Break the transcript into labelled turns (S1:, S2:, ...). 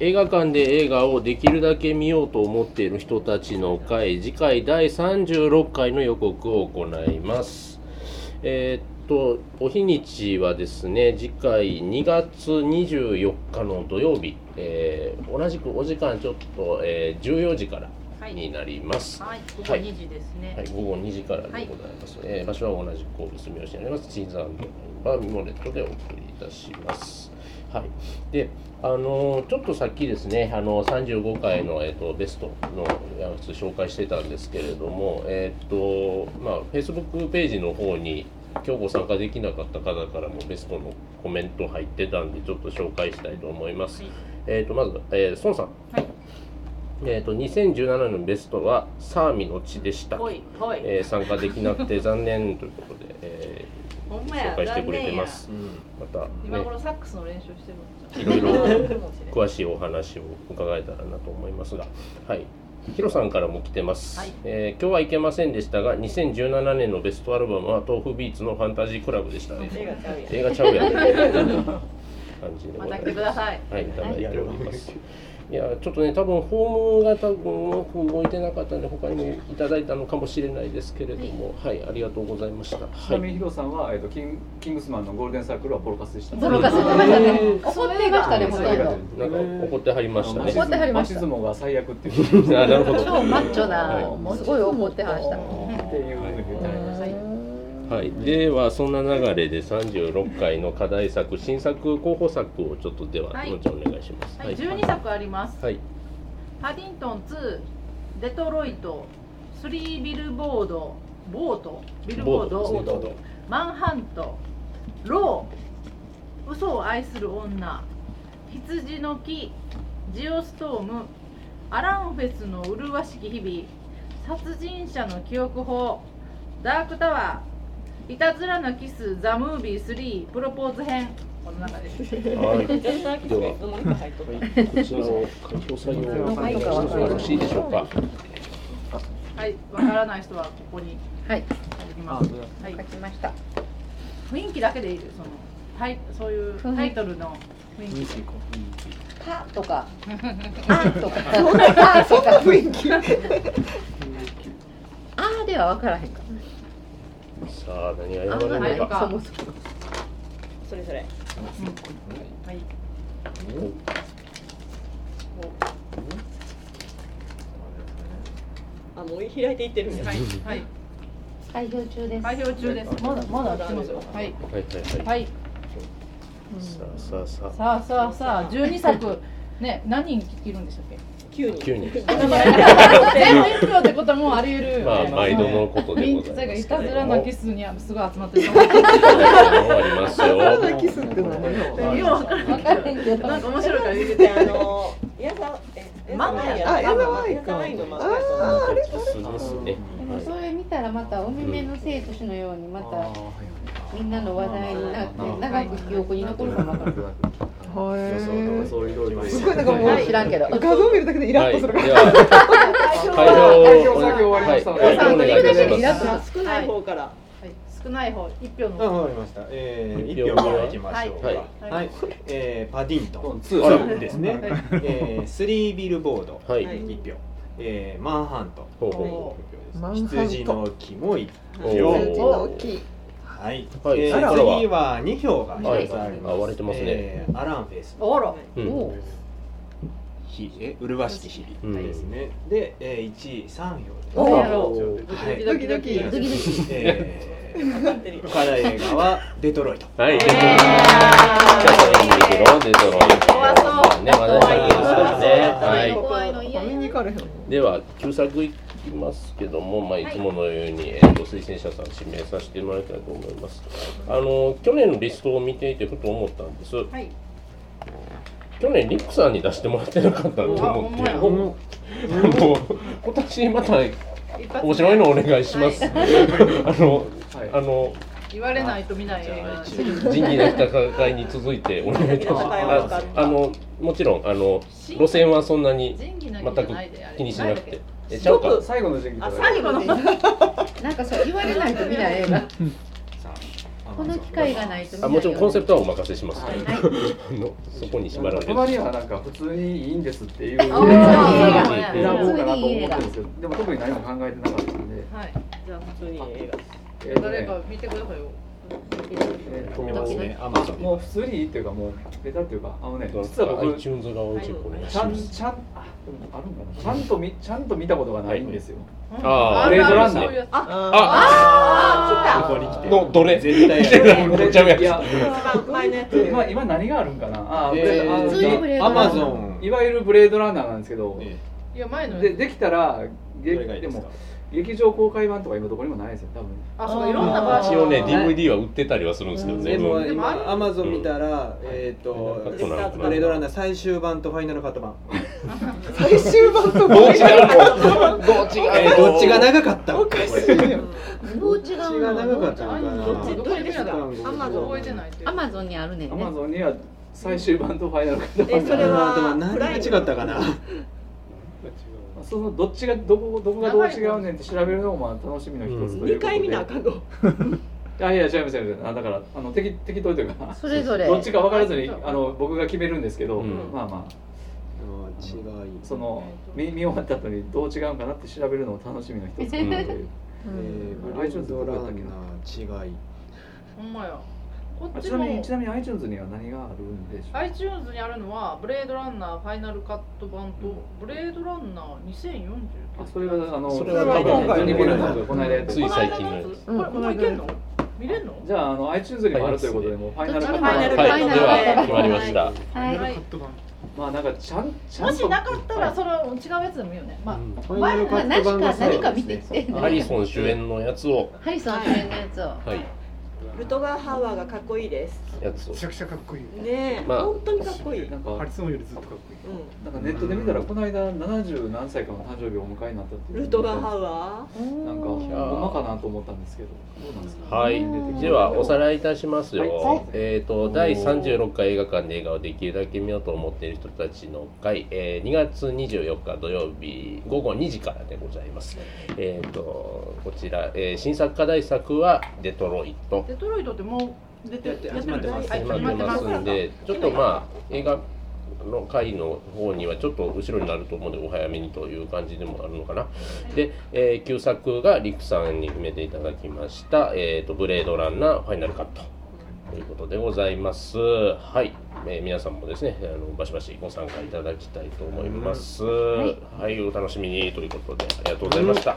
S1: 映画館で映画をできるだけ見ようと思っている人たちの会次回第36回の予告を行いますえーっとお日にちはですね次回2月24日の土曜日、えー同じくお時間ちょっと、えー14時から
S2: はい
S1: になります、
S2: はい、午後2時ですね。
S1: はい、午後2時からでございます。えー場所は同じく住吉にあります、チーズバーミモレットでお送りいたします。はい、で、あのーちょっとさっきですね、あの35回の、えっとベストのやつ紹介してたんですけれども、えっとまあ、Facebook ページの方に、今日ご参加できなかった方からもベストのコメント入ってたんで、ちょっと紹介したいと思います。えっとまず、えー孫さん。
S2: はい。
S1: えっと2017年のベストは「サーミの血」でした。
S2: ほい、ほい。
S1: えー参加できなくて 残念ということで、え
S2: ほん
S1: ー
S2: まや
S1: 紹介してくれてます。また、
S2: 今
S1: ね、
S2: 頃サックスの練習してる
S1: い
S2: の
S1: ろい ろ
S2: かもしれん
S1: 詳しいお話を伺えたらなと思いますが、はい。ヒロさんからも来てます、
S2: はい
S1: えー今日はいけませんでしたが2017年のベストアルバムは豆腐ビーツのファンタジークラブでしたね
S2: 映画ちゃうやん
S1: 映画ちゃうやん感じでご ざ
S2: また
S1: いま
S2: 来て
S1: す
S2: ください。
S1: はい、いただいております。いや、ちょっとね、多分ホームが多分うまく動いてなかったんで、他にもいただいたのかもしれないですけれども、はい、ありがとうございました。
S3: ち
S1: は
S3: なみ
S1: い。
S3: にヒロさんは、えっとキンキングスマンのゴールデンサークルはボロカスでした。
S4: ボロカス言ってましたね怒ってましたね
S3: うん
S4: ほと
S3: それ
S4: ん
S3: が
S1: な
S4: ど
S1: んか怒ってはりましたね。
S4: 怒ってはりま
S3: マ
S4: した
S3: シズモが最悪っていう。
S1: あ、なるほど。
S4: 超マッチョ
S1: はい
S4: な、もうすごい怒ってはした。
S3: っていうふうに言ってはりました。
S1: はい、ではそんな流れで36回の課題作新作候補作をちょっとでは
S2: はい
S1: のちゃんお願いします。
S2: はい、12作あります。
S1: はい
S2: パディントン2、デトロイト、スリービルボード、ボート、ビルボード、
S1: ボートですね
S2: マンハント、ロー、嘘を愛する女、羊の木、ジオストーム、アランフェスの麗しき日々、殺人者の記憶法、ダークタワー、いたずらのキス、ザ・ムービー3、プロポーズ編、この中です。
S1: はい。ではこちらを鑑賞作業を
S4: はい
S1: よろしいでしょうか。
S2: はい、わからない人はここに
S4: は
S2: 入
S4: い、
S2: ってき
S3: あ
S2: ま
S3: あ
S2: す
S3: そうだ。
S2: はい
S4: 書、きました。
S2: 雰囲気だけでいいです。そのタイそういう
S4: 雰囲気
S2: タイトルの雰囲気。
S4: パとか、あと か、あとか雰囲気。あーでは分からへんか。
S1: さあ何が
S4: あ
S1: 選ばれ
S4: ー
S1: るの
S2: ない
S1: か。
S4: がそもそも。
S5: それそれ。
S2: はい。
S5: あ、もう開いていってるんじゃ
S2: は
S5: ないい。。
S2: はい。
S4: 開票中です。
S2: 開票中です。まだまだ来てますよ。は
S1: はいは
S2: い。
S1: いはい。
S2: はい。
S1: さあさあさあ。
S2: さあさあさあ、十二作ね、何人いるんでしたっけ？
S5: 九人。
S1: 9人
S2: 全部一票ってことはもうあり得る。
S1: まあ毎度のことで
S2: イ
S1: ご
S2: ンチ
S1: ざ
S2: が
S1: います
S2: い
S1: け
S2: たず
S1: れ
S2: ら
S1: ど
S2: な
S1: も
S2: キスにはすごい集まってると思う。
S1: 終わりますよ
S3: キスって
S2: ようわからん
S4: 分からへんけど。
S2: なんか面白いから言うて
S5: で
S2: て。
S5: あ の矢沢え
S2: 漫画や
S5: あ
S2: あ
S5: 矢
S2: 矢
S5: 沢
S2: 沢
S5: 愛
S2: 愛
S5: か。矢沢愛の漫画やと思う。
S1: あれですね
S4: でもそれ見たらまたお目目の生徒氏のようにまたみんなの話題になって長く記憶に残るかもわからん
S6: す
S4: ごいなんかもう知らんけど
S6: 画像見るだけでイラッとするから。
S1: では開 票
S3: 開票作業終わりました
S1: は
S3: の
S1: い開票お
S4: 見る
S3: で
S4: だけ
S1: 願
S4: で
S1: い
S4: イ
S1: しま
S4: ラ
S1: す
S4: ッとする
S5: 少ない方から。
S2: はい少ない方一票
S6: あ、
S2: の。
S6: わかりました。えー、一票からいきましょうか。
S1: はい
S6: はい。えー、パディントン
S3: はい
S6: 2ですね。えー、スリービルボード
S1: はい
S5: はい
S6: 一票。えー、マンハント
S1: ほう
S6: 一
S1: ほ
S6: 票です。羊の木も一
S1: うほう
S6: 票。
S1: おー
S6: はい。
S1: はい
S6: えー
S1: それからは
S6: 次は二票が一つありま
S1: は
S6: す。
S1: いあ割れてますね
S6: えーアランフェス。
S2: おろ。
S1: うん
S4: お
S6: 日え麗しき日
S1: うん
S6: 々ですね。で、えー、一位三票
S4: お
S6: です。
S4: ー
S6: はい
S2: ドキドキドキ
S4: ドキドキ
S6: えー
S5: 勝手に。
S6: 岡田映画はデトロイト。
S1: はい
S2: イエーイ
S1: デトロイトデトロイト
S2: 怖そう
S1: ね話題作ですからねは
S2: 怖いの嫌や。
S1: いでは旧作いきますけどもまあいつものようにえっと推薦者さん指名させてもらいたいと思いますあの去年のリストを見ていてふと思ったんです
S2: はい。
S1: 去年リックさんに出してもらってなかったと思って
S2: あ
S1: も
S2: ほ
S1: うん
S2: ま
S1: もう今年また
S2: 一発目
S1: 面白いのお願いします、
S2: はい
S1: あの
S3: はい
S1: あの
S2: 言われないと見ない映画。
S1: 仁義なき戦いに続いてお願いいたしますああのもちろんあの路線はそんなに
S2: 仁義な
S1: 全
S2: きじゃないであ
S1: く
S2: れ
S1: 気にしなくてえち
S3: ち
S1: ゃ
S3: ょ
S1: う
S3: っ
S1: か
S3: と最後の時期
S2: あ最後の
S4: なんかそう言われないと見ない映画
S6: さあ、あの
S4: この機会がないと見
S1: あ
S4: ないよ
S1: もちろんコンセプトはお任せします。
S4: はい
S1: あのそこに縛られる。
S3: たまにはなんか普通にいいんですっていう選
S2: あ
S3: ぼう
S2: ー
S3: かなと思ってるんですよでも特に何も考えてなかったんで、
S2: はいじゃあ
S5: 普通に映画
S3: えーと
S2: 誰
S3: ね
S2: か見てくださいよ
S3: えー
S6: 止めますね。アマゾ
S3: あ
S6: ン
S3: もう
S6: で。
S3: 普通にいいっていうかもうベタっていうかあのね実
S1: 実
S3: は
S1: は
S3: 僕
S1: iTunes 側をチェックお願いし
S3: ちゃん
S1: ま
S3: ち
S1: す。
S3: ゃんあでもあるんかなちゃんとみちゃんと見たことがないんですよ、
S1: あー
S2: るる
S3: レイドランナー
S2: そういうやつ
S5: あ
S6: ここに来て。
S1: のどれ
S6: 絶対やる。
S1: めっちゃうやつ
S3: いや
S5: あ来た前のやつ
S3: 今今何があるんかなあ、
S6: え
S3: あ
S4: 普通にブレード
S6: ー、ア
S4: ランナー
S6: マゾン。
S3: いわゆるブレードランナーなんですけど、
S6: え
S2: いや前の
S3: で
S2: やつ
S3: できたら
S6: え
S3: げ
S6: どれがいいですか
S3: も。劇場公開版とか今どこにもないですよ多分
S2: あそういろんなバージョン
S1: 一応ね
S6: あー
S1: DVD は売ってたりはするんですけどね。
S6: でも
S2: でもあ
S6: 今
S2: る
S6: アマゾン見たら、えっ、と
S1: こんなのかな
S6: ブレードランナー最終版とファイナルカット版。
S5: 最終版と
S1: どう違うの？どう違うの？
S6: えーどっちが長かったの？
S4: どう違う
S6: が
S4: の
S6: 長かったのかな。
S2: どっちどれですか
S5: アマゾン
S2: 覚えてないって
S4: アマゾンにあるねん
S3: ア
S4: ね
S3: マゾンには最終版とファイナルカット版
S5: えそれは
S6: でも何が違ったかな。
S3: そのどっちがどこどこがどう違うねんって調べるのもまあ楽しみの一つということ
S5: 二
S3: で、
S5: 回見なあかんの
S3: あいや違います違いますあだからあの適適当というか
S4: それぞれ
S3: どっちか分からずにあの僕が決めるんですけど、
S1: うん
S3: まあまあ
S6: うん違い。
S3: その見見終わった後にどう違うんかなって調べるのも楽しみの一つかなという
S6: えー、
S3: うん
S6: ブレードランナー違い。
S2: ほんまやこ
S3: あ
S2: っち
S3: ちなみに
S2: も
S3: ちなみに iTunes には何があるんでしょう
S2: iTunes にあるのは「ブレードランナーファイナルカット版」と「ブレードランナー2040」
S3: あそれはあの
S1: それ
S6: は
S3: 今回
S6: 今回
S3: この間この間やった
S1: つい最近のやつ
S2: これもういけんの見れんの
S3: じゃああの iTunes にもあるということでもうファイナル
S4: どっち
S5: もある
S3: ファイナル
S1: はい、では決まりました。
S4: はい、
S2: はい
S3: まあなんかちゃんちゃん
S2: も
S3: と
S2: しなかったらそれは違うやつでもいいよねまあ
S6: ファイナルカ
S4: まあ
S6: ット版が
S4: 何か何か見てきて
S1: ハリソン主演のやつを、
S4: ハリソン主演のやつを
S1: はい、
S5: ルトガー・ハワーがかっこいいです
S1: やつを
S7: め。ちゃくちゃかっこいいよ。
S5: ねえ
S1: まあ
S5: 本当にかっこいいうん
S3: なんか
S7: ハリソンよりずっとかっこいい。
S3: なんかネットで見たらこの間70何歳かの誕生日をお迎えになったっていう
S5: ルトガー・ハ
S3: なんか
S5: ワ
S3: ほんまかなと思ったんですけどどうなんですか
S1: はい、ではおさらいいたしますよ。
S3: はい
S1: えっ、と第36回映画館で映画をできるだけ見ようと思っている人たちの会、えー2月24日土曜日午後2時からでございます。えっ、とこちら、えー新作課題作はデトロイト。
S2: デトロイトってもう出てる
S6: やってます
S2: はい
S1: 始
S2: 始
S1: ま
S2: ま
S1: っ
S2: ってて
S1: ま
S2: ますす
S1: んで、ちょっとまあ映画の回の方にはちょっと後ろになると思うのでお早めにという感じでもあるのかな。で、えー旧作がリクさんに決めていただきました、えー、とブレードランナーファイナルカット。ということでございます。はい、えー皆さんもですね、あのバシバシご参加いただきたいと思います。はい、お楽しみにということでありがとうございました。